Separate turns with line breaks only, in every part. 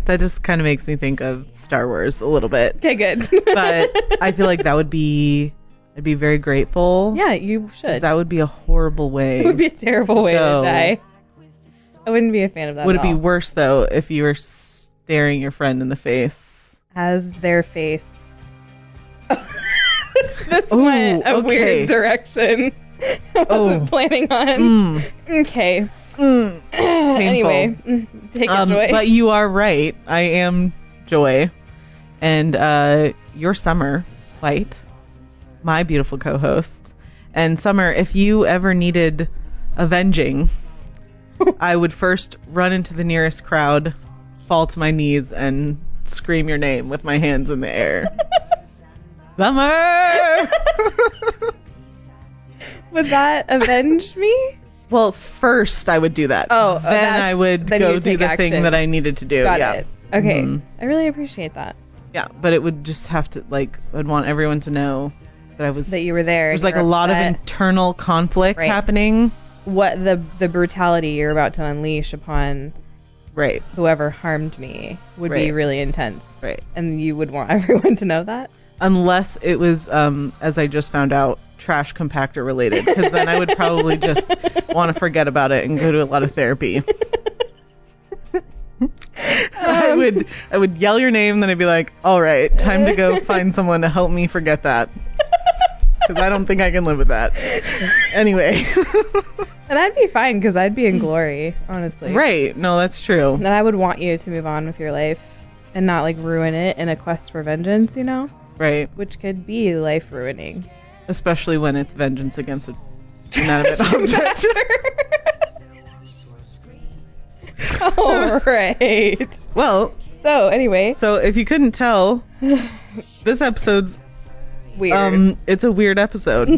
That just kind of makes me think of Star Wars a little bit.
okay, good.
But I feel like that would be, I'd be very grateful.
yeah, you should.
'cause That would be a horrible way.
it would be a terrible way
No.
to die. I wouldn't be a fan of that.
Would
at
it be
all.
worse though if you were staring your friend in the face?
as their face. this
Ooh,
went a
okay.
weird direction. I wasn't
Oh.
planning on.
Mm.
Okay.
Mm.
anyway, mm, take
Um,
it, Joy.
but you are right. I am Joy, and uh, your summer light, my beautiful co-host, and summer. If you ever needed avenging, I would first run into the nearest crowd, fall to my knees, and scream your name with my hands in the air. summer.
Would that avenge me?
well, first I would do that.
Oh, oh,
then
that's-
I would
then
go
you'd
do
take
the
action.
thing that I needed to do.
Got
yeah.
it. Okay.
Mhm.
I really appreciate that.
Yeah, but it would just have to like I'd want everyone to know that I was
That you were there.
There's
and
like
you
a
were
lot of
upset.
internal conflict
Right.
happening.
what the the brutality you're about to unleash upon
Right,
whoever harmed me would be
Right.
really intense,
right.
and you would want everyone to know that.
Unless it was um as I just found out trash compactor related because then I would probably just want to forget about it and go to a lot of therapy. I would I would yell your name then I'd be like, "All right, time to go find someone to help me forget that." Cuz I don't think I can live with that. Anyway.
And I'd be fine because I'd be in glory, honestly.
Right. No, that's true.
And I would want you to move on with your life and not like ruin it in a quest for vengeance, you know?
Right.
Which could be life ruining.
Especially when it's vengeance against a inanimate object.
All right.
well,
So anyway,
so if you couldn't tell, this episode's
weird.
um it's a weird episode.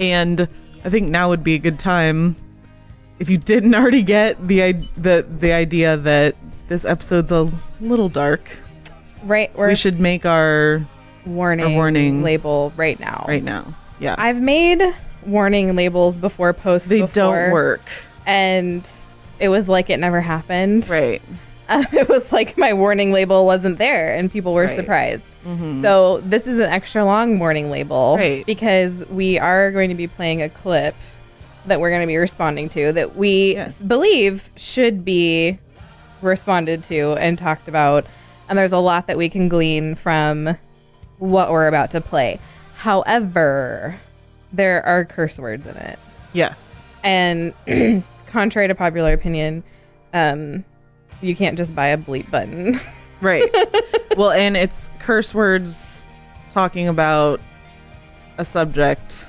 and I think now would be a good time if you didn't already get the i- the the idea that this episode's a little dark.
right, we're
We should make our
warning,
a warning.
label right now.
right now. Yeah.
I've made warning labels before posts.
they
before,
don't work.
And it was like it never happened.
Right.
Um, it was like my warning label wasn't there and people were
Right. Mm-hmm.
surprised. So this is an extra long warning label
Right.
because we are going to be playing a clip that we're going to be responding to that we
Yes.
believe should be responded to and talked about and there's a lot that we can glean from what we're about to play. However, there are curse words in it
Yes.
and contrary to popular opinion, um, you can't just buy a bleep button.
Right. well, and it's curse words talking about a subject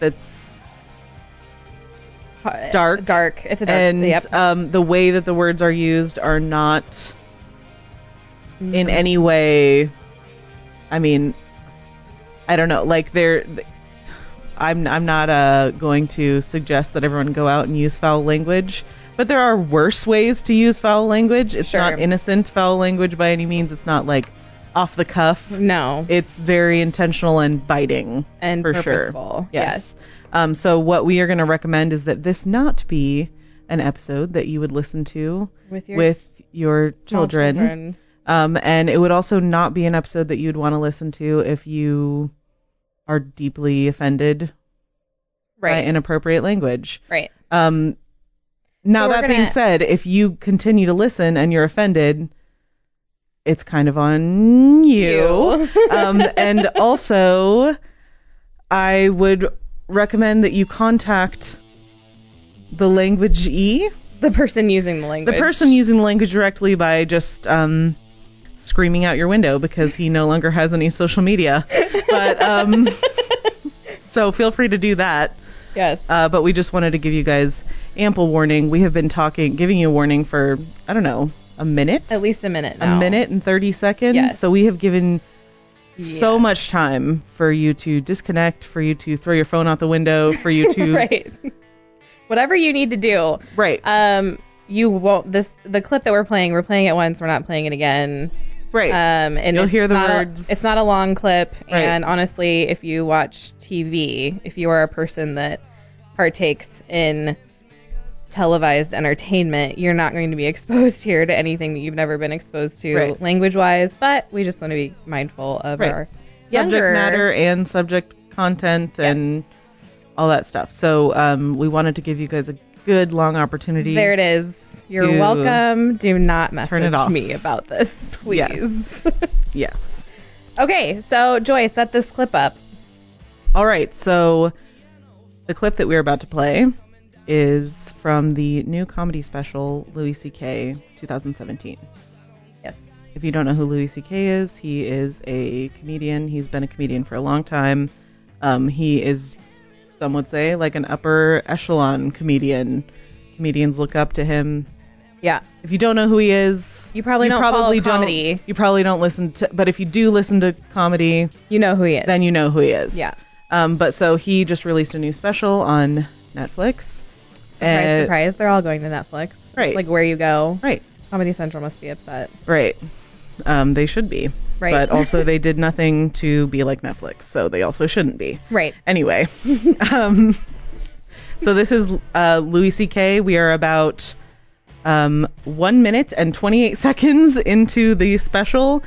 that's Dark.
Dark. It's a dark.
and
yep.
um, the way that the words are used are not
Mm-hmm.
in any way. I mean, I don't know. Like they're. I'm I'm not uh, going to suggest that everyone go out and use foul language, but there are worse ways to use foul language. It's
Sure.
not innocent foul language by any means. It's not like off the cuff.
no.
it's very intentional and biting
And
for
purposeful.
sure. Yes. Um, so what we are going to recommend is that this not be an episode that you would listen to
With your
your
Small
children. Um, and it would also not be an episode that you'd want to listen to if you are deeply offended by
Right.
inappropriate language.
right.
Um, now
So we're
that being
gonna-
said, if you continue to listen and you're offended, it's kind of on you. um, and also, I would recommend that you contact the language e,
The person using the language.
the person using the language directly by just um, screaming out your window because he no longer has any social media. But um, so feel free to do that.
Yes.
Uh, but we just wanted to give you guys ample warning. We have been talking, giving you a warning for, I don't know, a minute?
At least a minute
a
now.
minute and 30 seconds.
Yes.
So we have given so
Yeah.
much time for you to disconnect, for you to throw your phone out the window, for you to.
Right. Whatever you need to do.
Right.
Um, you won't. This the clip that we're playing. We're playing it once. We're not playing it again.
right.
Um, and
You'll
it's
hear the
not a-
words.
it's not a long clip,
Right.
and honestly, if you watch TV, if you are a person that partakes in televised entertainment, you're not going to be exposed here to anything that you've never been exposed to
Right.
language-wise. But we just want to be mindful of
Right.
our
subject
younger
matter and subject content and all that stuff. So um, we wanted to give you guys a good long opportunity.
There it is. You're
to-
welcome. Do not message
Turn it off.
me about this,
Yes.
please.
Yes.
okay, so Joy, set this clip up.
All right, so the clip that we're about to play is from the new comedy special Louis C.K. 2017.
Yes.
If you don't know who Louis C.K. is, he is a comedian. He's been a comedian for a long time. Um, he is, some would say, like an upper echelon comedian. Comedians look up to him.
Yeah.
If you don't know who he is,
You probably don't follow comedy.
You probably don't listen to, but if you do listen to comedy,
You know who he is.
then you know who he is.
yeah.
Um, but so he just released a new special on Netflix.
Surprise,
Uh,
surprise. They're all going to Netflix. It's
Right.
Like where you go.
Right,
Comedy Central must be upset.
right. Um, they should be.
Right.
But also, they did nothing to be like Netflix, so they also shouldn't be.
Right.
Anyway, um, so this is uh, Louis C.K. We are about um, one minute and 28 seconds into the special.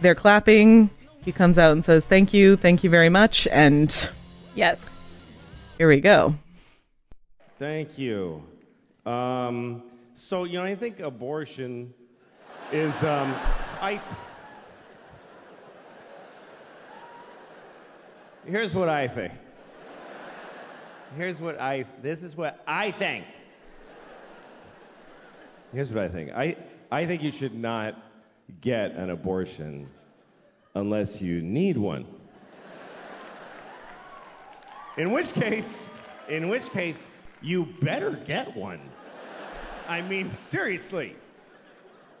They're clapping. He comes out and says, Thank you, thank you very much. And
Yes.
here we go.
Thank you. Um, so, you know, I think abortion is, um, I. Here's what I think. Here's what I. This is what I think. Here's what I think. I I think you should not get an abortion unless you need one. In which case, in which case, you better get one. I mean, seriously.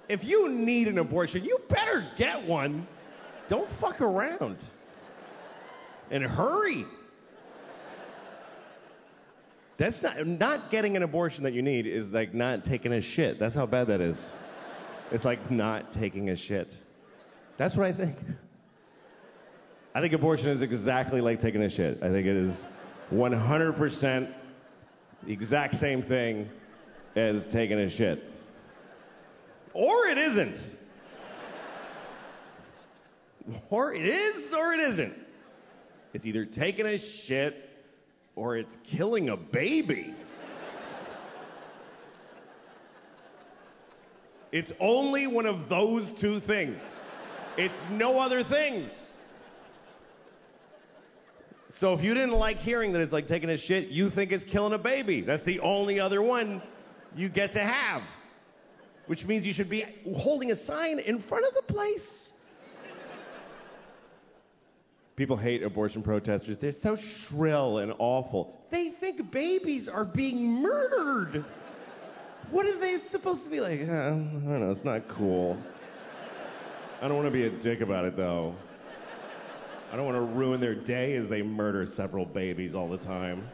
If you need an abortion, you better get one. Don't fuck around. And hurry. That's not not getting an abortion that you need is like not taking a shit. That's how bad that is. It's like not taking a shit. That's what I think. I think abortion is exactly like taking a shit. I think it is 100% the exact same thing as taking a shit. Or it isn't. Or it is, or it isn't. It's either taking a shit or it's killing a baby. It's only one of those two things. It's no other things. So if you didn't like hearing that it's like taking a shit, you think it's killing a baby. That's the only other one you get to have. Which means you should be holding a sign in front of the place. People hate abortion protesters. They're so shrill and awful. They think babies are being murdered. What are they supposed to be like? Uh, I don't know. It's not cool. I don't want to be a dick about it though. I don't want to ruin their day as they murder several babies all the time.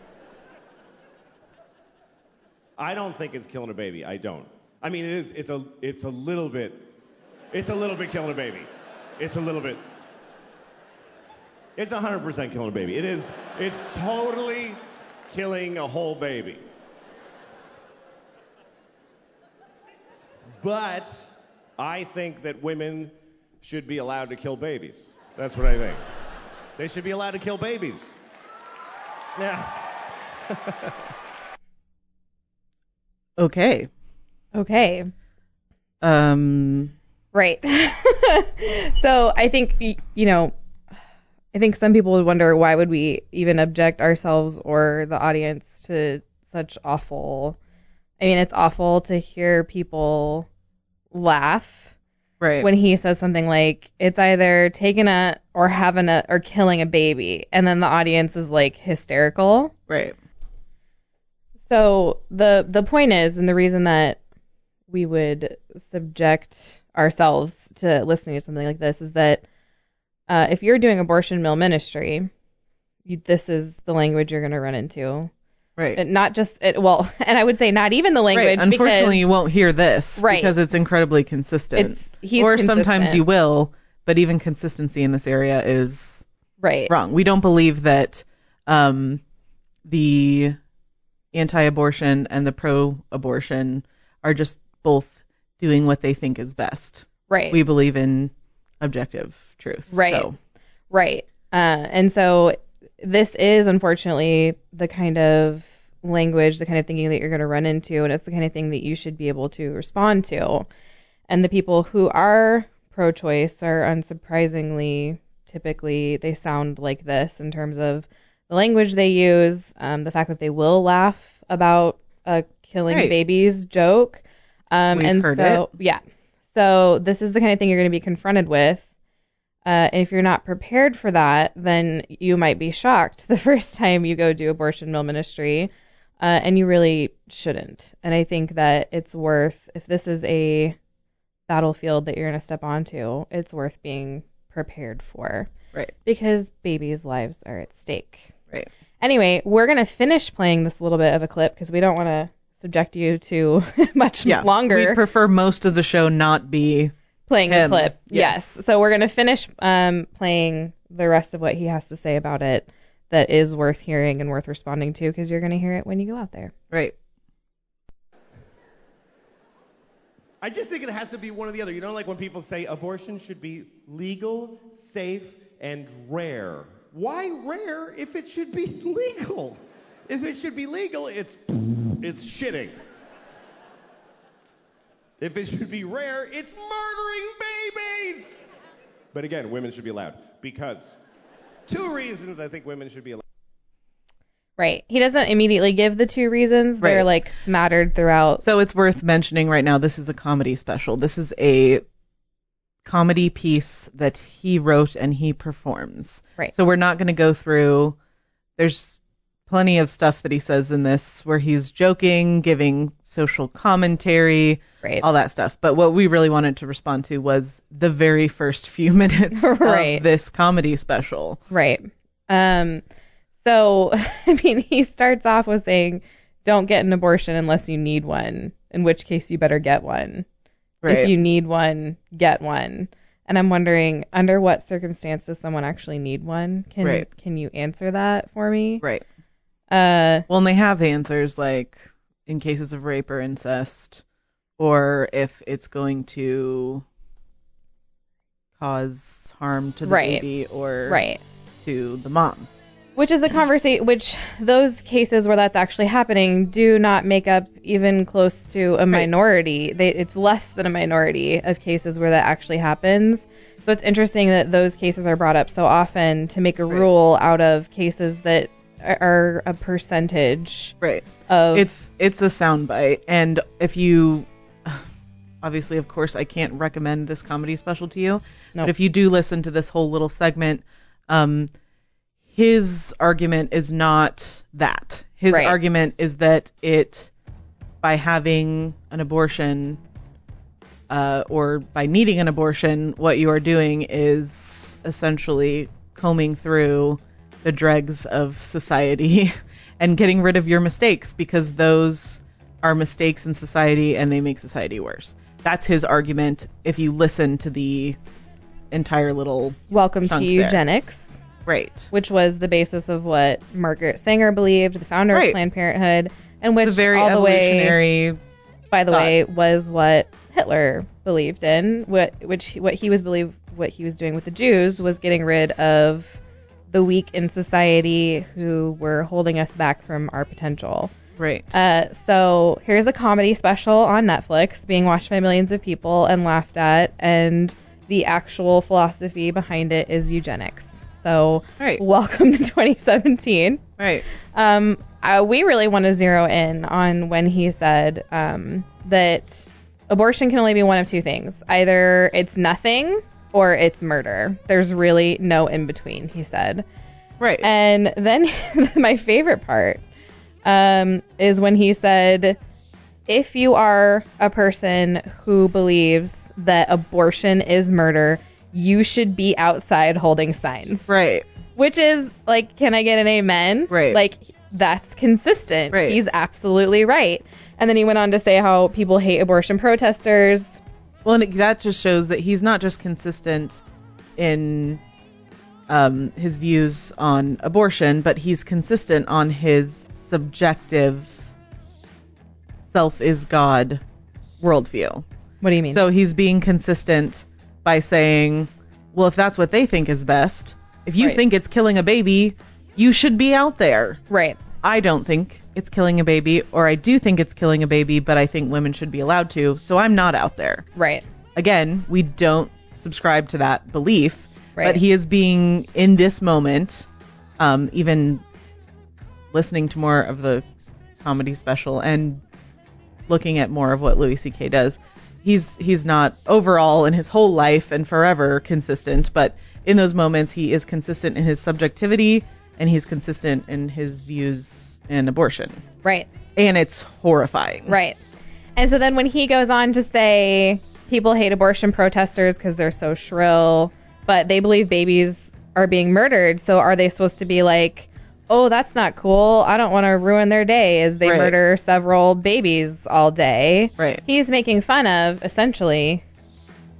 I don't think it's killing a baby. I don't. I mean, it is. It's a. It's a little bit. It's a little bit killing a baby. It's a little bit. It's 100% killing a baby. It is. It's totally killing a whole baby. But I think that women should be allowed to kill babies. That's what I think. They should be allowed to kill babies. Yeah.
Okay.
Okay.
Um.
Right. so I think y- you know, I think some people would wonder why would we even object ourselves or the audience to such awful. I mean, it's awful to hear people laugh
Right.
when he says something like it's either taking a or having a or killing a baby, and then the audience is like hysterical.
right.
So the the point is, and the reason that we would subject ourselves to listening to something like this is that uh, if you're doing abortion mill ministry, you, this is the language you're going to run into.
Right.
And not just it, well, and I would say not even the language
right. Unfortunately,
because
you won't hear this
Right.
because it's incredibly consistent.
It's- he's
or sometimes
consistent.
you will, but even consistency in this area is
right,
wrong. We don't believe that um, the anti-abortion and the pro-abortion are just both doing what they think is best.
right,
We believe in objective truth.
Right.
So,
right, uh, and so this is unfortunately the kind of language, the kind of thinking that you're going to run into, and it's the kind of thing that you should be able to respond to. And the people who are pro choice are unsurprisingly typically they sound like this in terms of the language they use, um, the fact that they will laugh about a killing
Right.
babies joke. Um,
We've
and
heard
so, yeah. So this is the kind of thing you're going to be confronted with. Uh, and if you're not prepared for that, then you might be shocked the first time you go do abortion mill ministry, uh, and you really shouldn't. And I think that it's worth, if this is a battlefield that you're going to step onto, it's worth being prepared for
right.
because babies' lives are at stake.
Right.
Anyway, we're going to finish playing this little bit of a clip because we don't want to subject you to much
Yeah.
longer
We prefer most of the show not be
playing
him.
the clip.
Yes.
Yes. So we're going to finish um, playing the rest of what he has to say about it that is worth hearing and worth responding to because you're going to hear it when you go out there.
right.
I just think it has to be one or the other. You know, like when people say abortion should be legal, safe, and rare. Why rare if it should be legal? If it should be legal, it's it's shitting. If it should be rare, it's murdering babies. But again, women should be allowed because two reasons I think women should be allowed.
Right. He doesn't immediately give the two reasons. They're
Right.
like smattered throughout.
So it's worth mentioning right now this is a comedy special. This is a comedy piece that he wrote and he performs.
Right.
So we're not going to go through there's plenty of stuff that he says in this where he's joking, giving social commentary,
Right.
all that stuff. But what we really wanted to respond to was the very first few minutes
Right.
of this comedy special.
Right. Um, so, I mean, he starts off with saying, don't get an abortion unless you need one, in which case you better get one. If you need one, get one. And I'm wondering, under what circumstance does someone actually need one? Can
Right.
can you answer that for me?
right.
Uh,
Well, and they have answers like in cases of rape or incest, or if it's going to cause harm to the
Right.
baby or
right.
to the mom.
Which is a conversation. Which those cases where that's actually happening do not make up even close to a minority. They, it's less than a minority of cases where that actually happens. So it's interesting that those cases are brought up so often to make a
Right.
rule out of cases that are- are a percentage
Right.
of
It's it's a soundbite, and if you obviously, of course, I can't recommend this comedy special to you,
No.
but if you do listen to this whole little segment, um, his argument is not that. His
Right.
argument is that it by having an abortion uh, or by needing an abortion, what you are doing is essentially combing through the dregs of society and getting rid of your mistakes because those are mistakes in society and they make society worse. That's his argument if you listen to the entire little
welcome to
chunk there.
eugenics.
right.
which was the basis of what Margaret Sanger believed, the founder
Right.
of Planned Parenthood, and which
The very
all the way,
evolutionary
by the
thought.
way, was what Hitler believed in. What which what he was believe what he was doing with the Jews was getting rid of the weak in society who were holding us back from our potential.
Right.
Uh, so here's a comedy special on Netflix being watched by millions of people and laughed at, and the actual philosophy behind it is eugenics. So
Right.
welcome to 2017.
Right.
Um, uh, we really want to zero in on when he said um, that abortion can only be one of two things: either it's nothing or it's murder. There's really no in between, he said.
Right.
And then my favorite part um, is when he said, if you are a person who believes that abortion is murder, you should be outside holding signs.
right.
Which is like, can I get an amen?
Right.
Like, that's consistent.
Right.
He's absolutely right. And then he went on to say how people hate abortion protesters.
Well, and it, that just shows that he's not just consistent in um, his views on abortion, but he's consistent on his subjective self is God worldview.
What do you mean?
So he's being consistent by saying, well, if that's what they think is best, if you
Right.
think it's killing a baby, you should be out there.
right.
I don't think it's killing a baby, or I do think it's killing a baby, but I think women should be allowed to, so I'm not out there
Right.
again, we don't subscribe to that belief,
Right.
but he is being in this moment, um, even listening to more of the comedy special and looking at more of what Louis C.K. does. He's he's not overall in his whole life and forever consistent, but in those moments he is consistent in his subjectivity and he's consistent in his views in abortion.
Right.
And it's horrifying.
Right. And so then when he goes on to say people hate abortion protesters because they're so shrill, but they believe babies are being murdered, so are they supposed to be like, oh, that's not cool. I don't want to ruin their day as they
Right.
murder several babies all day.
Right.
He's making fun of, essentially,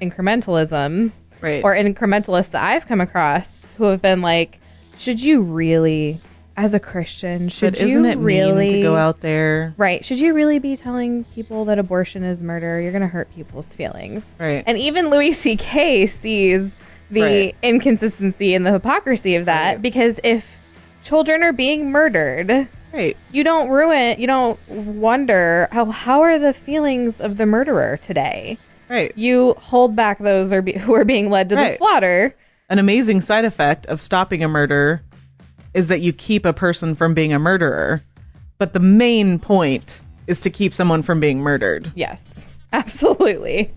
incrementalism
Right.
or incrementalists that I've come across who have been like, should you really, as a Christian, should
but
you
isn't it
really
mean to go out there?
Right. Should you really be telling people that abortion is murder? You're going to hurt people's feelings.
Right.
And even Louis C.K. sees the
Right.
inconsistency and the hypocrisy of that
Right.
because if children are being murdered,
Right.
you don't ruin, you don't wonder how how are the feelings of the murderer today?
Right.
You hold back those are be, who are being led to the
Right.
slaughter.
An amazing side effect of stopping a murder is that you keep a person from being a murderer. But the main point is to keep someone from being murdered.
Yes, absolutely.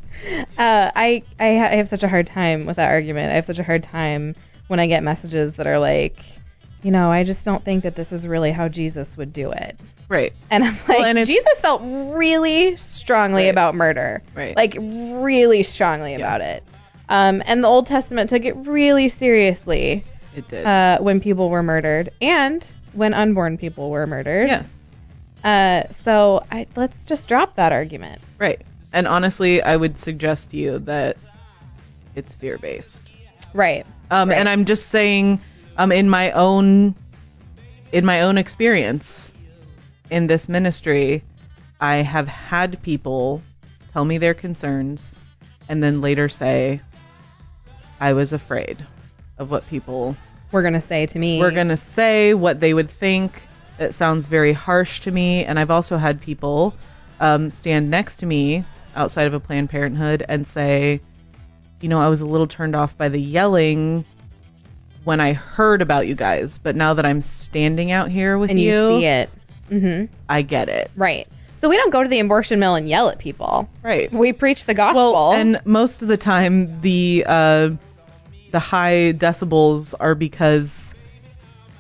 Uh, I I, ha- I have such a hard time with that argument. I have such a hard time when I get messages that are like, you know, I just don't think that this is really how Jesus would do it.
Right.
And I'm like,
and it's-
Jesus felt really strongly
Right.
about murder.
Right.
Like really strongly about it. Um, and the Old Testament took it really seriously
It did.
uh, when people were murdered and when unborn people were murdered.
yes.
Uh, so I, let's just drop that argument.
Right. And honestly, I would suggest to you that it's fear based.
Right.
Um,
Right.
And I'm just saying, um, in my own, in my own experience, in this ministry, I have had people tell me their concerns, and then later say, I was afraid of what people
were gonna say to me.
we're going to say what they would think. It sounds very harsh to me. And I've also had people um, stand next to me outside of a Planned Parenthood and say, you know, I was a little turned off by the yelling when I heard about you guys, but now that I'm standing out here with
and you, see it. hmm
I get it.
Right. So we don't go to the abortion mill and yell at people.
Right.
We preach the gospel.
Well, and most of the time the uh, the high decibels are because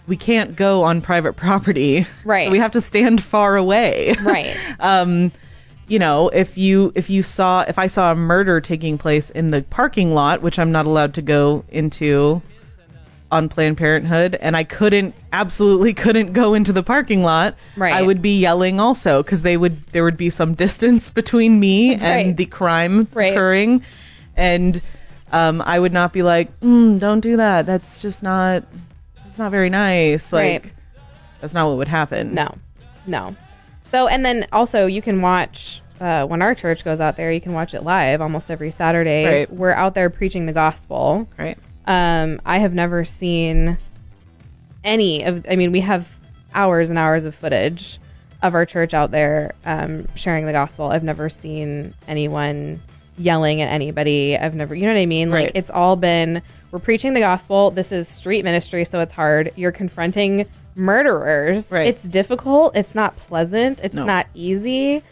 we can't go on private property.
Right.
So we have to stand far away.
right.
um, you know, if you if you saw if I saw a murder taking place in the parking lot, which I'm not allowed to go into on Planned Parenthood, and I couldn't absolutely couldn't go into the parking lot,
Right.
I would be yelling also because they would there would be some distance between me
Right.
and the crime
Right.
occurring, and um, I would not be like, mm, don't do that. That's just not. It's not very nice. Like,
Right.
that's not what would happen.
No. No. So and then also you can watch uh, when our church goes out there, you can watch it live almost every Saturday.
Right.
We're out there preaching the gospel.
Right.
Um, I have never seen any of, I mean, we have hours and hours of footage of our church out there um, sharing the gospel. I've never seen anyone yelling at anybody. I've never, you know what I mean?
Right.
Like it's all been we're preaching the gospel. This is street ministry, so it's hard. You're confronting murderers.
Right.
It's difficult. It's not pleasant. It's
No.
not easy.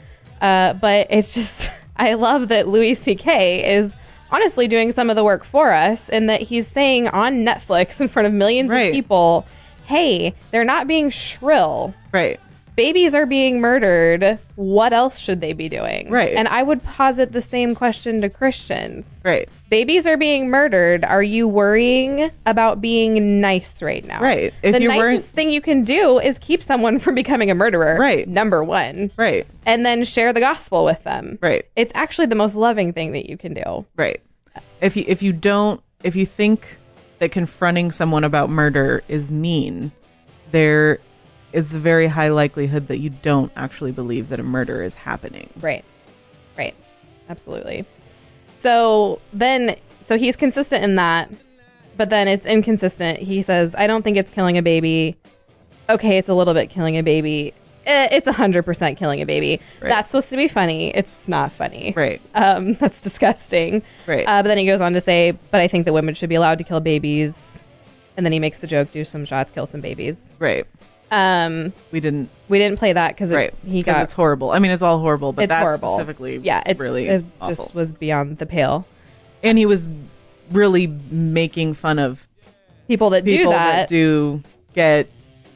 Uh, but it's just I love that Louis C.K. is honestly doing some of the work for us, and that he's saying on Netflix in front of millions
Right.
of people, "Hey, they're not being shrill
Right.
babies are being murdered. What else should they be doing?
Right.
And I would posit the same question to Christians.
Right.
Babies are being murdered. Are you worrying about being nice right now?
Right. If
the
you're
nicest
worried-
thing you can do is keep someone from becoming a murderer.
Right.
Number one.
Right.
And then share the gospel with them.
Right.
It's actually the most loving thing that you can do.
Right. If you if you don't if you think that confronting someone about murder is mean, there is a very high likelihood that you don't actually believe that a murder is happening.
Right. Right. Absolutely. So then, so he's consistent in that, but then it's inconsistent. He says, I don't think it's killing a baby. Okay, it's a little bit killing a baby. Eh, It's 100% killing a baby.
Right.
That's supposed to be funny. It's not funny.
Right.
Um, that's disgusting.
Right.
Uh, but then he goes on to say, but I think that women should be allowed to kill babies. And then he makes the joke, do some shots, kill some babies.
Right.
Um,
We didn't
we didn't play that because
right.
he
'Cause
got
it's horrible. I mean, it's all horrible, but
it's
that's
horrible.
specifically
yeah, it,
really
it
awful.
just was beyond the pale.
and he was really making fun of
People that
people
do
that.
that,
do get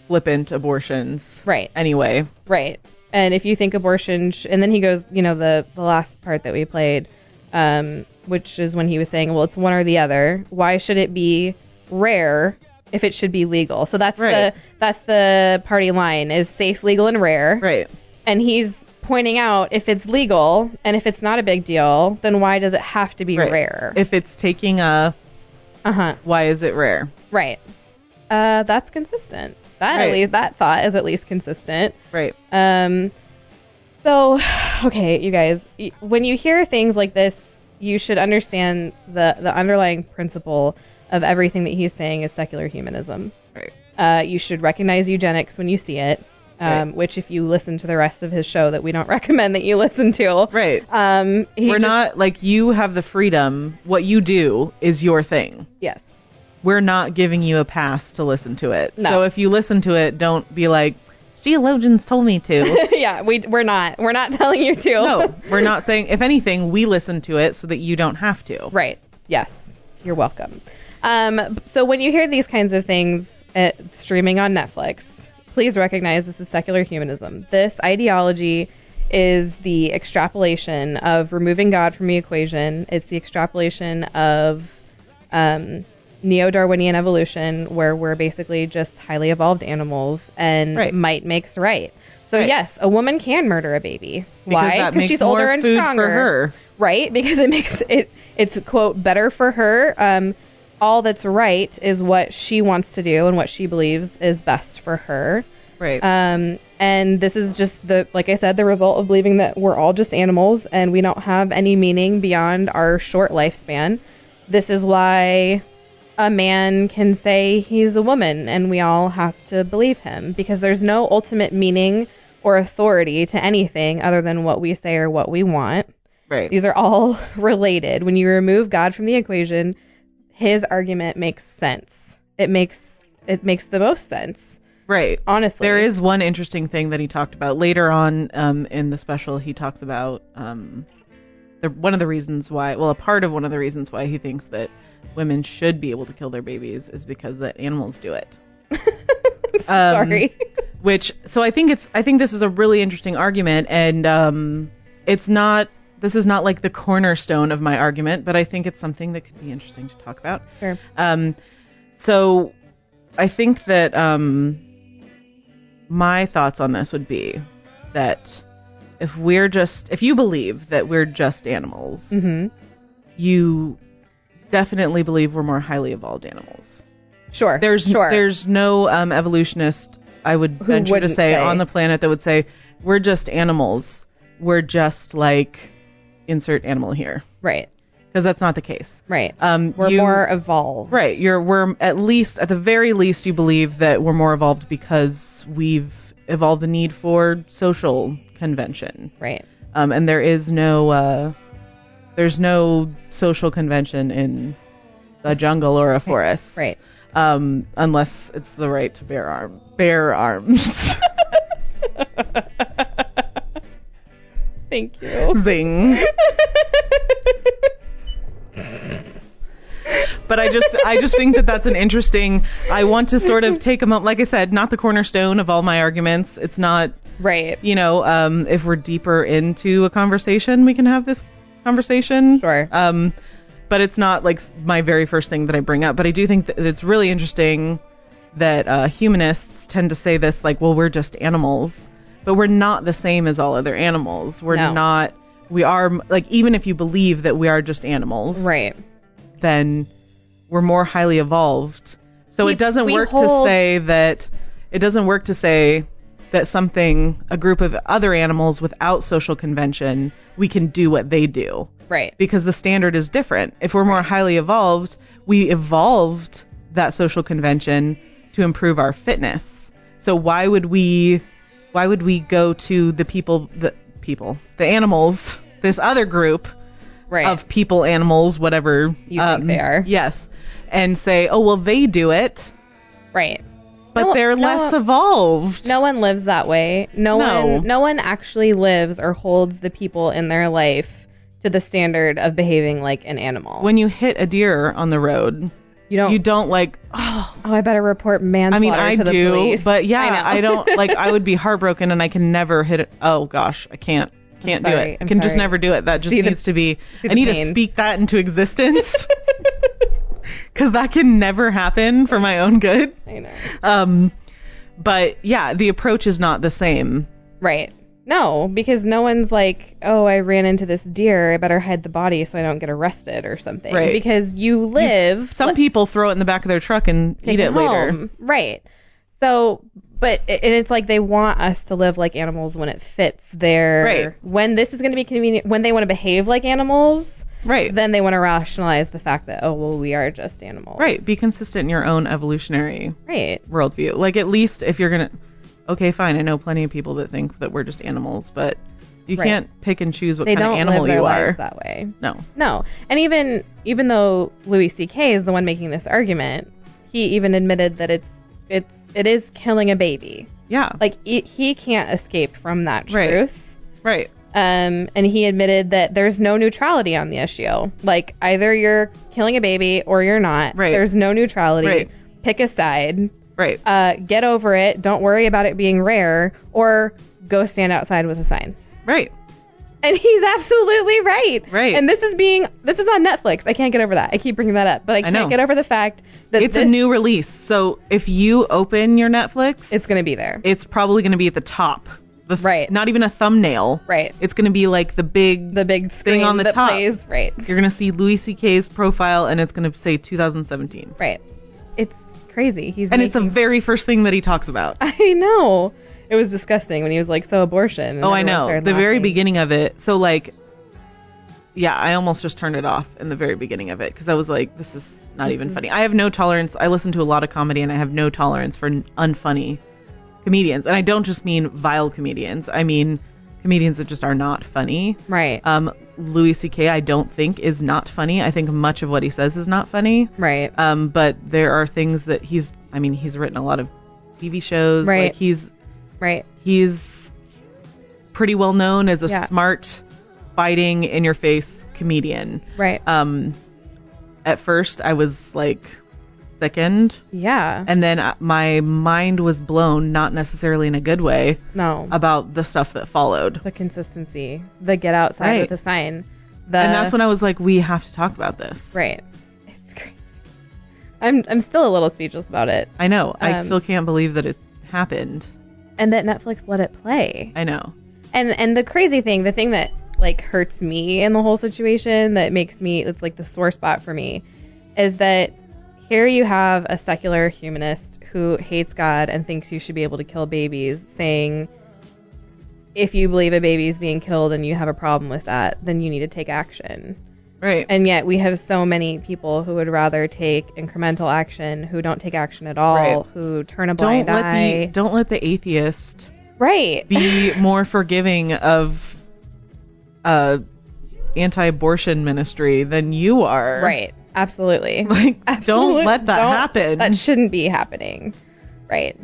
flippant abortions.
right,
Anyway,
right. And if you think abortion, sh- and then he goes, you know, the the last part that we played, um, which is when he was saying, well, it's one or the other. Why should it be rare if it should be legal? So that's
Right.
the that's the party line is safe, legal, and rare.
right.
And he's pointing out if it's legal and if it's not a big deal, then why does it have to be
Right.
rare?
If it's taking a
uh huh.
why is it rare?
Right. Uh, that's consistent. That
Right.
at least that thought is at least consistent.
Right.
Um, so okay, you guys, y- when you hear things like this, you should understand the the underlying principle of everything that he's saying is secular humanism.
Right.
Uh, you should recognize eugenics when you see it. Um,
Right.
Which, if you listen to the rest of his show, that we don't recommend that you listen to.
Right.
Um, he
We're
just-
not like you have the freedom. What you do is your thing.
Yes.
We're not giving you a pass to listen to it.
No.
So if you listen to it, don't be like theologians told me to.
yeah. We we're not. We're not telling you to.
no, we're not saying. If anything, we listen to it so that you don't have to.
Right. Yes. You're welcome. Um, so when you hear these kinds of things uh streaming on Netflix, please recognize this is secular humanism. This ideology is the extrapolation of removing God from the equation. It's the extrapolation of um, neo-Darwinian evolution, where we're basically just highly evolved animals, and
Right.
might makes right. So
Right.
yes, a woman can murder a baby.
Because
Why?
that makes
she's
more
older and
food
stronger
For her.
right? Because it makes it it's quote better for her. Um, all that's right is what she wants to do and what she believes is best for her.
Right.
Um, and this is just the like I said, the result of believing that we're all just animals and we don't have any meaning beyond our short lifespan. This is why a man can say he's a woman and we all have to believe him because there's no ultimate meaning or authority to anything other than what we say or what we want.
right.
These are all related. When you remove God from the equation, his argument makes sense. It makes it makes the most sense,
Right.
honestly.
There is one interesting thing that he talked about later on um, in the special. He talks about um, the, one of the reasons why, well, a part of one of the reasons why he thinks that women should be able to kill their babies is because that animals do it. Um,
sorry.
Which, so I think it's, I think this is a really interesting argument, and um, it's not, this is not like the cornerstone of my argument, but I think it's something that could be interesting to talk about.
Sure.
Um, so I think that um, my thoughts on this would be that if we're just, if you believe that we're just animals,
hmm
you definitely believe we're more highly evolved animals.
Sure.
There's
sure.
there's no um, evolutionist I would venture to
wouldn't
say,
say?
on the planet that would say we're just animals. We're just like insert animal here.
right.
because that's not the case.
Right.
Um,
We're
you-
more evolved.
Right. You're we're at least at the very least you believe that we're more evolved because we've evolved the need for social convention.
Right.
Um, and there is no uh, there's no social convention in a jungle or a forest.
Right.
Um, unless it's the right to bear arm bear arms.
Thank you.
Zing. but I just I just think that that's an interesting. I want to sort of take a moment. Like I said, not the cornerstone of all my arguments. It's not
Right.
you know um, if we're deeper into a conversation, we can have this conversation.
Sure.
Um, but it's not like my very first thing that I bring up. But I do think that it's really interesting that uh, humanists tend to say this like, well, we're just animals, but we're not the same as all other animals. We're
No.
not. We are like even if you believe that we are just animals,
Right.
Then we're more highly evolved. So
We-
it doesn't
we
work
hold-
to say that it doesn't work to say that something a group of other animals without social convention we can do what they do
Right.
because the standard is different. If we're more highly evolved, we evolved that social convention to improve our fitness. So why would we why would we go to the people the people, the animals, this other group
Right.
of people, animals, whatever um,
You think they are.
Yes. And say, "Oh, well they do it,
right.
but
No,
they're
no.
less evolved."
No one lives that way. No,
No.
one no one actually lives or holds the people in their life to the standard of behaving like an animal.
When you hit a deer on the road,
you don't,
you don't like, "Oh,
Oh, I better report manslaughter
I mean, I
to the
do,
police.
but yeah,
know.
I, don't like. I would be heartbroken, and I can never hit it. Oh gosh, I can't, can't do
sorry,
it.
I'm
I can just
sorry.
never do it. That just
See the-
needs to be.
see the
I need
pain.
to speak that into existence, because that can never happen for my own good.
I know.
Um, but yeah, the approach is not the same.
Right. No, because no one's like, oh, I ran into this deer. I better hide the body so I don't get arrested or something.
Right.
Because you live.
Some people throw it in the back of their truck and eat it later.
home. Right. So, but and it's like they want us to live like animals when it fits their
Right.
when this is going to be convenient when they want to behave like animals,
Right.
then they want to rationalize the fact that oh well we are just animals.
right. Be consistent in your own evolutionary
Right.
worldview. Like at least if you're gonna, okay, fine. I know plenty of people that think that we're just animals, but you
Right.
can't pick and choose what
They
kind of
don't
animal
live their
you
lives
are.
that way.
No,
No. And even even though Louis C.K. is the one making this argument, he even admitted that it's it's it is killing a baby.
yeah,
Like he, he can't escape from that truth.
Right. right,
Um, and he admitted that there's no neutrality on the issue. Like either you're killing a baby or you're not.
Right.
There's no neutrality.
Right.
Pick a side.
right,
Uh, get over it. Don't worry about it being rare. Or go stand outside with a sign.
right.
And he's absolutely right.
Right.
And this is being this is on Netflix. I can't get over that. I keep bringing that up, but I can't
know.
get over the fact that
It's
this
a new release, so if you open your Netflix,
is going to be there.
it's probably gonna be at the top. The th-
Right.
Not even a thumbnail.
Right.
It's gonna be like the big.
the big screen
on the
that
top.
plays right.
you're gonna see Louis C.K.'s profile, and it's gonna say 2017.
Right. It's crazy. He's
And it's the
making-
very first thing that he talks about.
I know. It was disgusting when he was like, so abortion. and
Oh, I
everyone
know. The
started
very
laughing.
beginning of it. So like, yeah, I almost just turned it off in the very beginning of it because I was like, this is not even funny. I have no tolerance. I listen to a lot of comedy and I have no tolerance for n- unfunny comedians, and I don't just mean vile comedians. I mean comedians that just are not funny.
Right.
Um, Louis C.K. I don't think is not funny. I think much of what he says is not funny.
right.
Um, but there are things that he's. I mean, he's written a lot of TV shows.
Right.
Like he's
right.
he's pretty well known as a
Yeah.
smart, biting, in your face comedian.
Right.
Um, at first, I was like sickened,
yeah.
and then uh, my mind was blown, not necessarily in a good way,
no.
about the stuff that followed.
the consistency. The get outside
Right.
with a sign. The,
and that's when I was like, we have to talk about this.
Right. It's crazy. I'm I'm still a little speechless about it,
I know. I
Um,
still can't believe that it happened.
and that Netflix let it play.
I know.
And and the crazy thing, the thing that like hurts me in the whole situation, that makes me it's like the sore spot for me, is that here you have a secular humanist who hates God and thinks you should be able to kill babies, saying if you believe a baby is being killed and you have a problem with that, then you need to take action.
Right.
And yet we have so many people who would rather take incremental action, who don't take action at all,
Right.
who turn a
don't
blind
let
eye.
the don't let the atheist
right.
be more forgiving of uh anti-abortion ministry than you are.
right. Absolutely.
Like
Absolutely
don't let that
don't-
happen.
That shouldn't be happening. Right.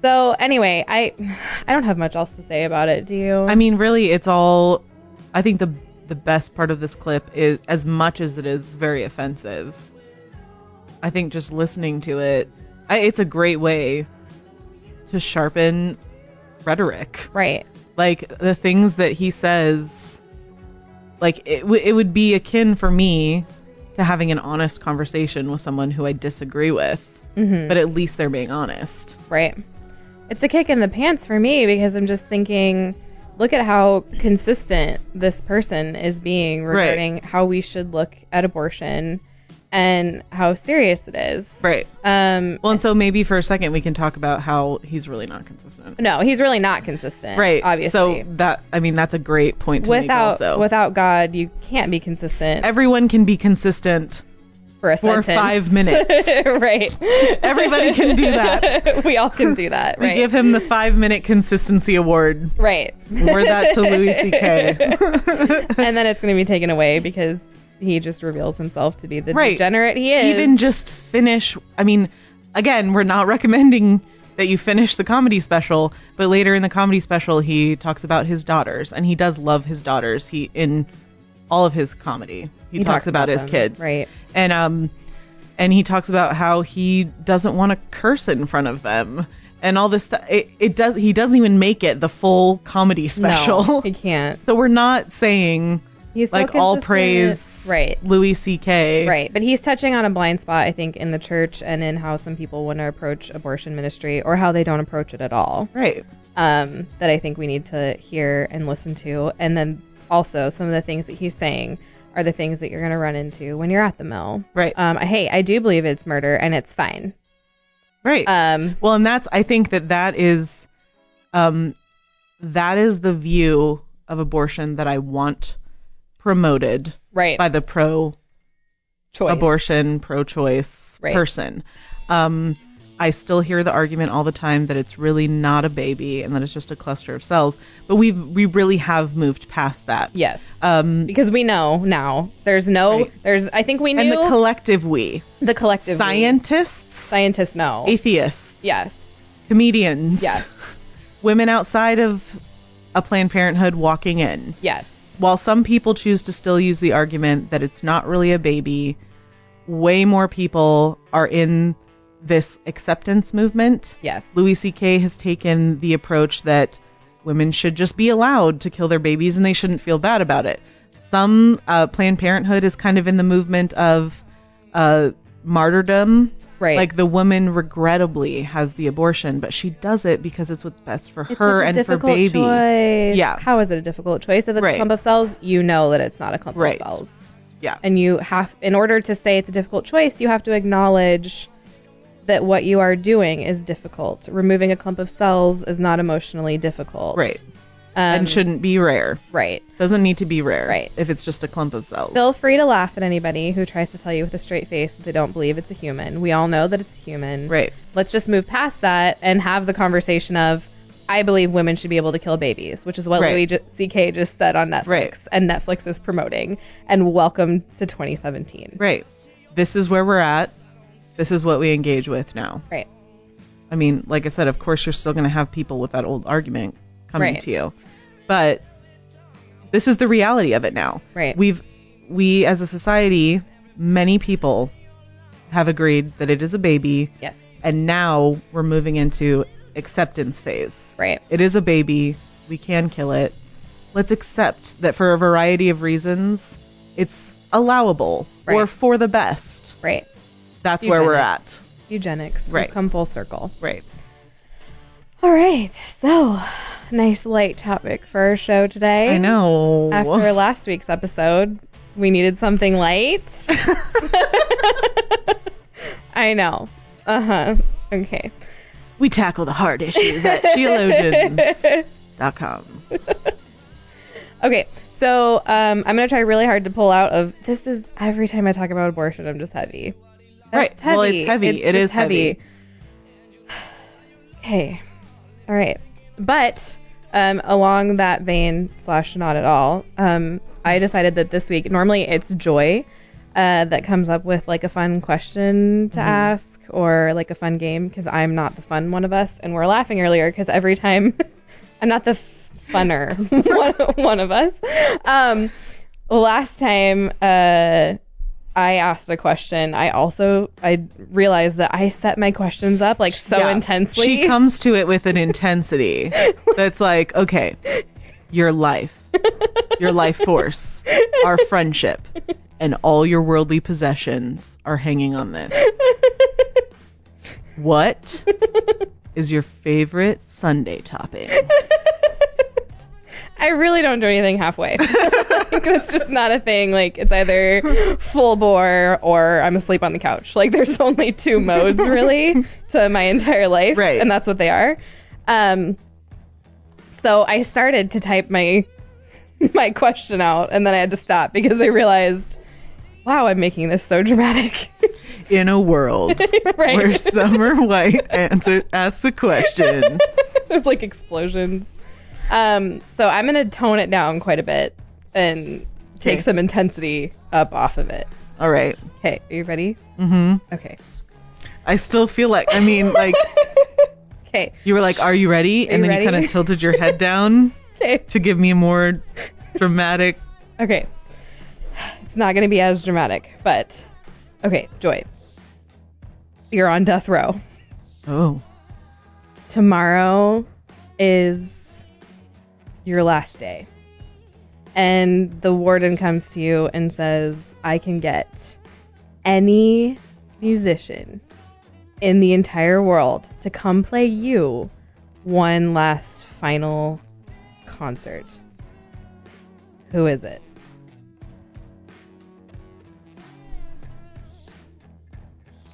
So anyway, I I don't have much else to say about it, do you?
I mean, really, it's all. I think the the best part of this clip is as much as it is very offensive. I think just listening to it, I, it's a great way to sharpen rhetoric.
right.
Like the things that he says, like it, w- it would be akin for me to having an honest conversation with someone who I disagree with,
Mm-hmm.
but at least they're being honest.
Right. It's a kick in the pants for me because I'm just thinking, look at how consistent this person is being
Right.
regarding how we should look at abortion and how serious it is.
Right.
Um,
Well, and so maybe for a second we can talk about how he's really not consistent.
no, he's really not consistent.
Right.
Obviously.
So that I mean that's a great point to
without
make also.
without God, you can't be consistent
everyone can be consistent
for a
for
sentence.
five minutes.
right.
Everybody can do that.
we all can do that.
We
Right.
give him the five minute consistency award.
right.
Award that to Louis C.K.
and then it's going to be taken away because he just reveals himself to be the
Right.
degenerate he is.
Even just finish. I mean, again, we're not recommending that you finish the comedy special, but later in the comedy special he talks about his daughters, and he does love his daughters. He in all of his comedy, he,
He
talks, about, his
them,
kids.
Right.
and um and he talks about how he doesn't want to curse in front of them and all this stuff it, it does he doesn't even make it the full comedy special
No, he can't.
so we're not saying
He's so
like all
consistent.
praise
Right.
louis ck
Right. But he's touching on a blind spot, I think, in the church and in how some people want to approach abortion ministry or how they don't approach it at all.
right
um, that I think we need to hear and listen to. And then also, some of the things that he's saying are the things that you're going to run into when you're at the mill.
Right.
Um, hey, I do believe it's murder and it's fine.
right
Um,
uh, well and that's i think that that is um that is the view of abortion that i want promoted
right.
by the pro
choice.
abortion pro-choice
Right.
person. Um, I still hear the argument all the time that it's really not a baby and that it's just a cluster of cells, but we we really have moved past that.
Yes.
Um,
because we know now there's no,
Right.
there's, I think we knew
and the collective we,
the collective. we-
scientists,
Scientists know.
atheists,
yes.
comedians,
Yes.
women outside of a Planned Parenthood walking in.
Yes.
While some people choose to still use the argument that it's not really a baby, way more people are in this acceptance movement.
Yes.
Louis C.K. has taken the approach that women should just be allowed to kill their babies and they shouldn't feel bad about it. Some uh, Planned Parenthood is kind of in the movement of uh, martyrdom.
Right.
Like the woman regrettably has the abortion, but she does it because it's what's best for
It's
her
such a
and for
difficult
baby.
Choice.
Yeah.
How is it a difficult choice? If it's
Right.
a clump of cells, you know that it's not a clump
Right.
of cells.
Yeah.
and you have in order to say it's a difficult choice you have to acknowledge that what you are doing is difficult removing a clump of cells is not emotionally difficult
right.
um,
and shouldn't be rare.
right
Doesn't need to be rare.
Right.
If it's just a clump of cells.
feel free to laugh at anybody who tries to tell you with a straight face that they don't believe it's a human we all know that it's a human
Right.
let's just move past that and have the conversation of I believe women should be able to kill babies, which is what
Right.
Louis J- C.K. just said on Netflix,
Right.
and Netflix is promoting. And welcome to 2017.
Right. This is where we're at. This is what we engage with now.
Right.
I mean, like I said, of course you're still going to have people with that old argument coming
Right.
to you. But this is the reality of it now.
Right.
We've we as a society, many people have agreed that it is a baby
Yes.
and now we're moving into acceptance phase.
Right.
It is a baby. We can kill it. Let's accept that for a variety of reasons, it's allowable or
Right.
for the best.
Right.
That's where we're
Eugenic.
at.
eugenics. We've
Right.
come full circle.
Right.
All right. So, nice light topic for our show today.
I know.
After last week's episode, we needed something light. I know. Uh huh. Okay.
we tackle the hard issues at theologians.com.
Okay, so um, I'm gonna try really hard to pull out of this. Is every time I talk about abortion, I'm just heavy. That's
Right.
Heavy.
Well, it's heavy. It
just
is heavy.
okay. All right. But um, along that vein slash not at all, um, I decided that this week normally it's Joy uh, that comes up with like a fun question
Mm-hmm.
to ask or like a fun game because I'm not the fun one of us, and we're laughing earlier because every time I'm not the funner one, one of us. Um, last time. Uh, I asked a question. I also I realized that I set my questions up like so
Yeah.
intensely.
She comes to it with an intensity that's like, okay, your life, your life force, our friendship, and all your worldly possessions are hanging on this. What is your favorite Sunday topping?
I really don't do anything halfway. like, that's just not a thing. Like it's either full bore or I'm asleep on the couch. Like there's only two modes really to my entire life,
Right.
And that's what they are. Um, so I started to type my my question out, and then I had to stop because I realized, wow, I'm making this so dramatic,
In a world
right?
where Summer White answer, asks the question.
There's like explosions. Um, so I'm gonna tone it down quite a bit and take
Okay.
some intensity up off of it.
All right.
Okay, are you ready?
Mm-hmm.
Okay.
I still feel like, I mean, like,
Okay.
you were like, are you ready? and
you
then
ready?
you kind of tilted your head down
Okay.
to give me a more dramatic
Okay. It's not gonna be as dramatic, but okay, Joy. You're on death row.
Oh.
tomorrow is your last day. And the warden comes to you and says, I can get any musician in the entire world to come play you one last final concert. Who is it?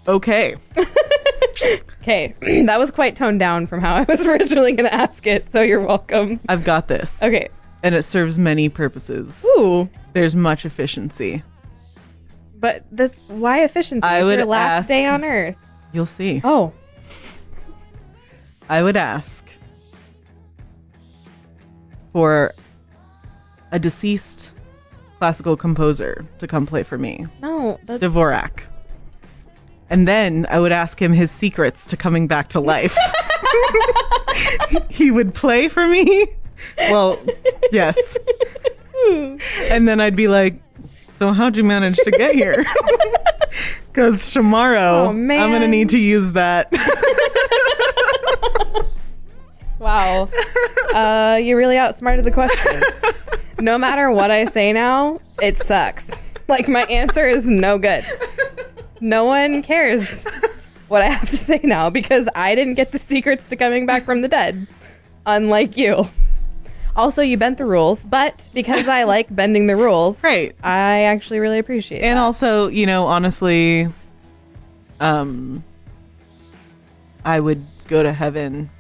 Okay.
Okay, that was quite toned down from how I was originally going to ask it, so you're welcome.
I've got this.
Okay.
And it serves many purposes.
Ooh.
There's much efficiency.
But this, why efficiency?
I
It's
would
your last
ask-
day on Earth.
You'll see.
Oh,
I would ask for a deceased classical composer to come play for me,
no, that's
Dvorak. And then I would ask him his secrets to coming back to life. he would play for me. Well, yes. And then I'd be like, so how'd you manage to get here? Because tomorrow
Oh,
I'm
man.
going to need to use that.
wow. Uh, you really outsmarted the question. No matter what I say now, it sucks. Like my answer is no good. No one cares what I have to say now because I didn't get the secrets to coming back from the dead, unlike you. Also, you bent the rules, but because I like bending the rules,
right.
I actually really appreciate
And
that.
also, you know, honestly, um, I would go to heaven.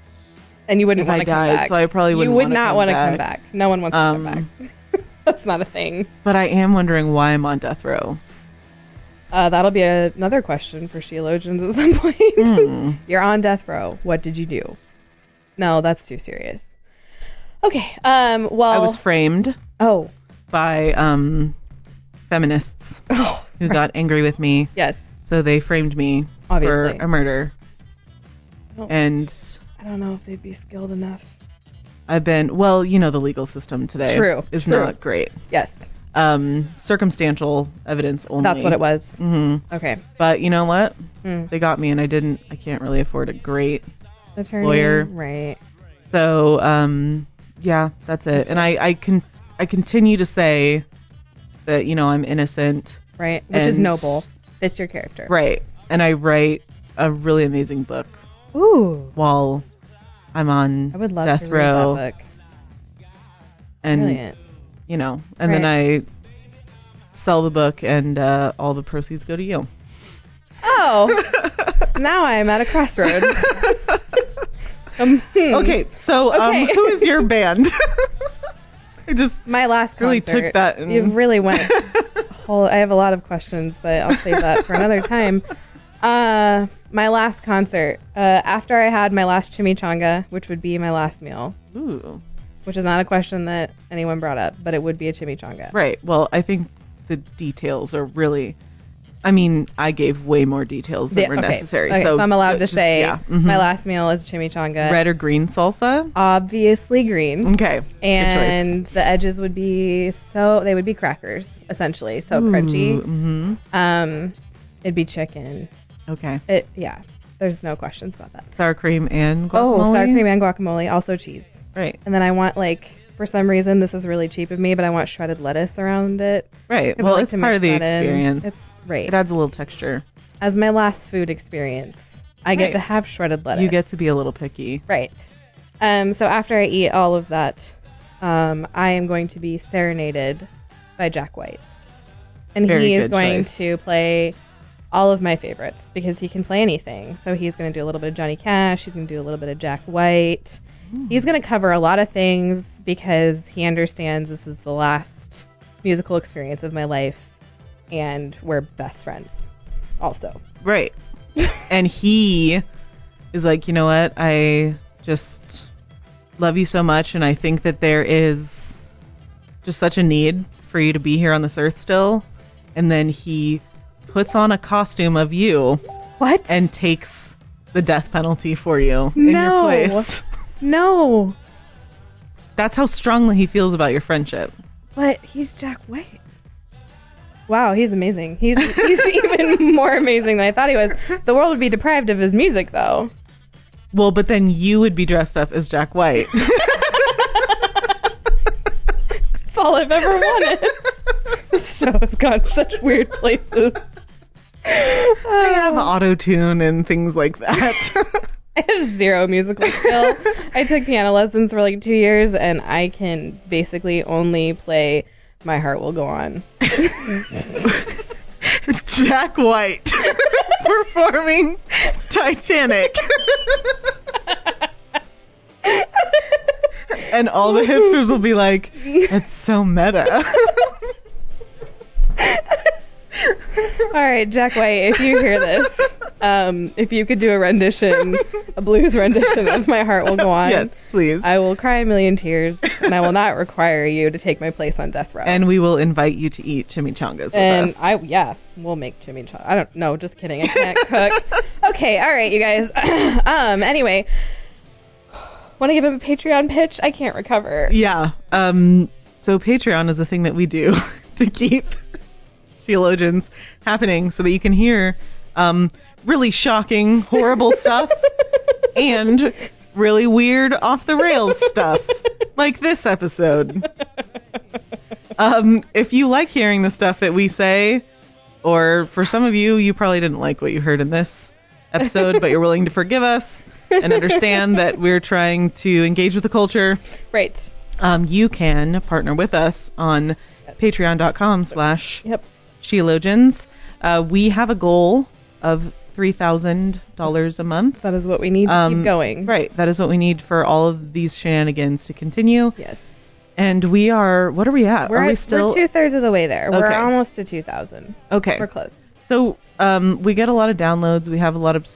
and you wouldn't
If I
want to come
died,
back.
so I probably
you
wouldn't
would
wanna
not
come
wanna
back.
come back. No one wants
Um,
to come back. That's not a thing.
But I am wondering why I'm on death row.
Uh, that'll be another question for sheologians at some point.
Mm.
You're on death row. What did you do? No, that's too serious. Okay. Um. Well.
I was framed
oh.
by um, feminists
Oh.
who got angry with me
Yes.
So they framed me
Obviously.
for a murder.
Oh.
And
I don't know if they'd be skilled enough.
I've been well, you know the legal system today
True,
is
true.
not great.
Yes.
Um circumstantial evidence only.
That's what it was.
hmm
Okay.
But you know what?
Mm.
They got me and I didn't I can't really afford a great.
Attorney.
Lawyer.
Right.
So um yeah, that's it. And I I can I continue to say that you know I'm innocent.
Right. Which is
And-
noble. Fits your character.
Right. And I write a really amazing book
Ooh.
while I'm on
I would love
death
to read
row
that book.
and
Brilliant.
you know, and then
Right.
I sell the book and uh, all the proceeds go to you.
Oh, now I'm at a crossroads. um, hmm.
Okay, so um,
Okay.
who is your band? I just
My last concert.
really took that and
You really went. whole, I have a lot of questions, but I'll save that for another time. Uh, my last concert. Uh, after I had my last chimichanga, which would be my last meal,
Ooh.
which is not a question that anyone brought up, but it would be a chimichanga.
Right. Well, I think the details are really. I mean, I gave way more details than
Yeah,
were
okay,
necessary.
okay,
so,
I'm allowed to
just-
say
yeah, mhm.
my last meal is chimichanga.
red or green salsa.
Obviously green.
Okay.
and the edges would be so they would be crackers essentially so crunchy
Mm-hmm.
um it'd be chicken
Okay.
it yeah there's no questions about that
Sour cream and guacamole.
oh sour cream and guacamole also cheese
Right.
and then i want like for some reason this is really cheap of me but i want shredded lettuce around it 'cause
Right.
I
Well,
like
it's
to
part of the
mix that in.
experience.
it's right
It adds a little texture.
as my last food experience i get
Right.
to have shredded lettuce
You get to be a little picky.
Right. Um, so after I eat all of that, um, I am going to be serenaded by Jack White. And
Very
he is
good
going
choice.
to play all of my favorites because he can play anything. So he's going to do a little bit of Johnny Cash, he's going to do a little bit of Jack White.
Hmm.
He's going to cover a lot of things because he understands this is the last musical experience of my life and we're best friends also.
Right. and he is like, you know what? I just love you so much, and I think that there is just such a need for you to be here on this earth still. And then he puts on a costume of you
What?
and takes the death penalty for you
No.
in your place.
no.
That's how strongly he feels about your friendship.
But he's Jack White. Wow, he's amazing. He's he's even more amazing than I thought he was. The world would be deprived of his music though.
Well, but then you would be dressed up as Jack White.
That's all I've ever wanted. this show has gone such weird Oh. places.
I have auto tune and things like that.
I have zero musical skill. I took piano lessons for like two years, and I can basically only play "My Heart Will Go On."
Jack White performing Titanic. and all the hipsters will be like, that's so meta.
All right, Jack White, if you hear this, um, if you could do a rendition, a blues rendition of "My Heart Will Go On,"
yes, please.
I will cry a million tears, and I will not require you to take my place on death row.
and we will invite you to eat chimichangas with
And
us.
I yeah, we'll make chimichanga. I don't know, just kidding. I can't cook. Okay, all right, you guys. um, anyway, want to give him a Patreon pitch? I can't recover.
yeah. Um, so Patreon is a thing that we do to keep theologians happening so that you can hear um, really shocking, horrible stuff and really weird off the rails stuff like this episode. Um, if you like hearing the stuff that we say, or for some of you, you probably didn't like what you heard in this episode, but you're willing to forgive us and understand that we're trying to engage with the culture
Right.
um, you can partner with us on patreon.com slash
Yep.
sheologians. Uh, we have a goal of $3,000 a month.
That is what we need to
Um,
keep going.
Right. That is what we need for all of these shenanigans to continue.
Yes.
And we are, what are we at?
We're,
are we
at-
still?
we're two thirds of the way there. We're
Okay.
almost to 2,000.
okay.
We're close.
So um, we get a lot of downloads. We have a lot of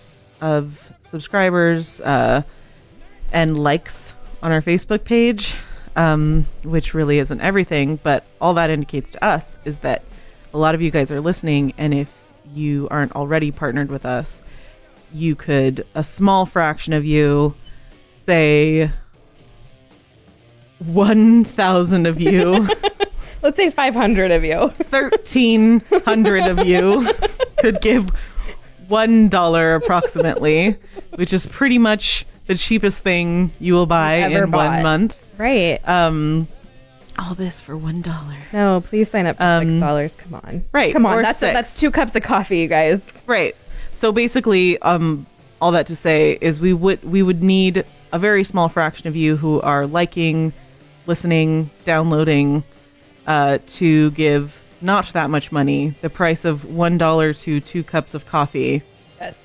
of subscribers uh, and likes on our Facebook page, um, which really isn't everything, but all that indicates to us is that a lot of you guys are listening, and if you aren't already partnered with us, you could a small fraction of you say. 1,000 of you,
Let's say 500 of you.
1,300 of you could give one dollar approximately, which is pretty much the cheapest thing you will buy
Ever
in
bought.
one month.
right.
Um, all this for one dollar.
No, please sign up for
Um,
six dollars. Come on.
right,
Come on.
or
That's
six.
that's two cups of coffee, you guys.
Right. So basically, um, all that to say is we would we would need a very small fraction of you who are liking, listening, downloading, uh, to give not that much money, the price of one dollar to two cups of coffee.
Yes.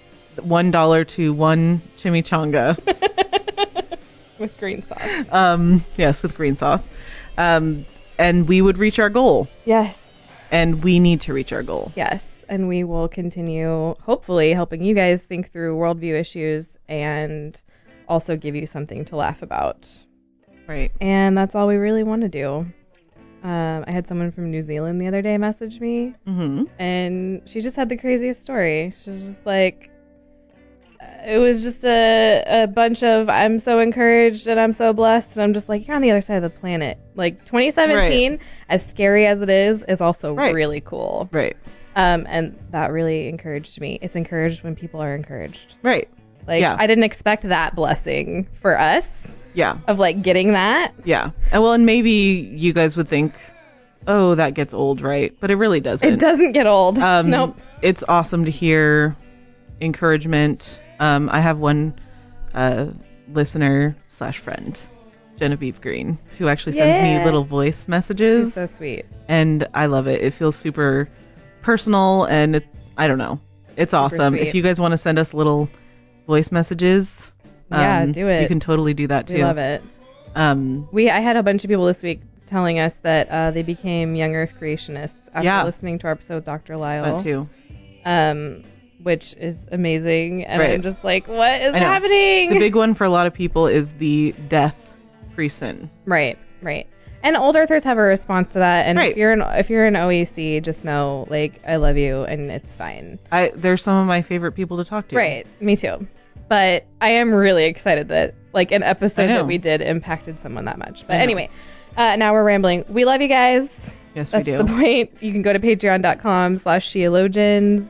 one dollar to one chimichanga.
With green sauce.
um, yes, with green sauce. um, and we would reach our goal.
Yes.
And we need to reach our goal.
Yes. And we will continue, hopefully, helping you guys think through worldview issues and also give you something to laugh about.
Right.
And that's all we really want to do. Um, I had someone from New Zealand the other day message me,
Mm-hmm.
and she just had the craziest story. She was just like, uh, it was just a, a bunch of I'm so encouraged and I'm so blessed, and I'm just like, you're on the other side of the planet. Like 2017, as scary as it is, is also
Right.
really cool.
Right.
Um, and that really encouraged me. It's encouraged when people are encouraged.
Right.
Like
Yeah.
I didn't expect that blessing for us
Yeah.
of like getting that.
Yeah. And well, and maybe you guys would think, oh, that gets old, right? But it really doesn't.
It doesn't get old.
Um,
nope.
It's awesome to hear encouragement. Um, I have one uh, listener slash friend, Genevieve Green, who actually sends
Yeah.
me little voice messages,
She's so sweet.
and I love it. It feels super personal, and it, I don't know, it's awesome.
sweet.
If you guys want to send us little voice messages,
Yeah,
um,
do it.
You can totally do that too.
We love it.
Um,
We I had a bunch of people this week telling us that uh, they became young Earth creationists after
Yeah.
listening to our episode with Dr. Lyle.
that too.
Um, which is amazing, and
Right.
I'm just like, what is
I know.
happening?
The big one for a lot of people is the death pre-sin.
right, right. And old Earthers have a response to that. And
Right.
if you're an if you're an OEC, just know like I love you and it's fine.
I, they're some of my favorite people to talk to.
Right, me too. But I am really excited that like an
I
episode
know.
that we did impacted someone that much. But
know.
anyway, uh, now we're rambling. We love you guys.
Yes, we
That's
do.
the point. You can go to patreon.com slash theologians,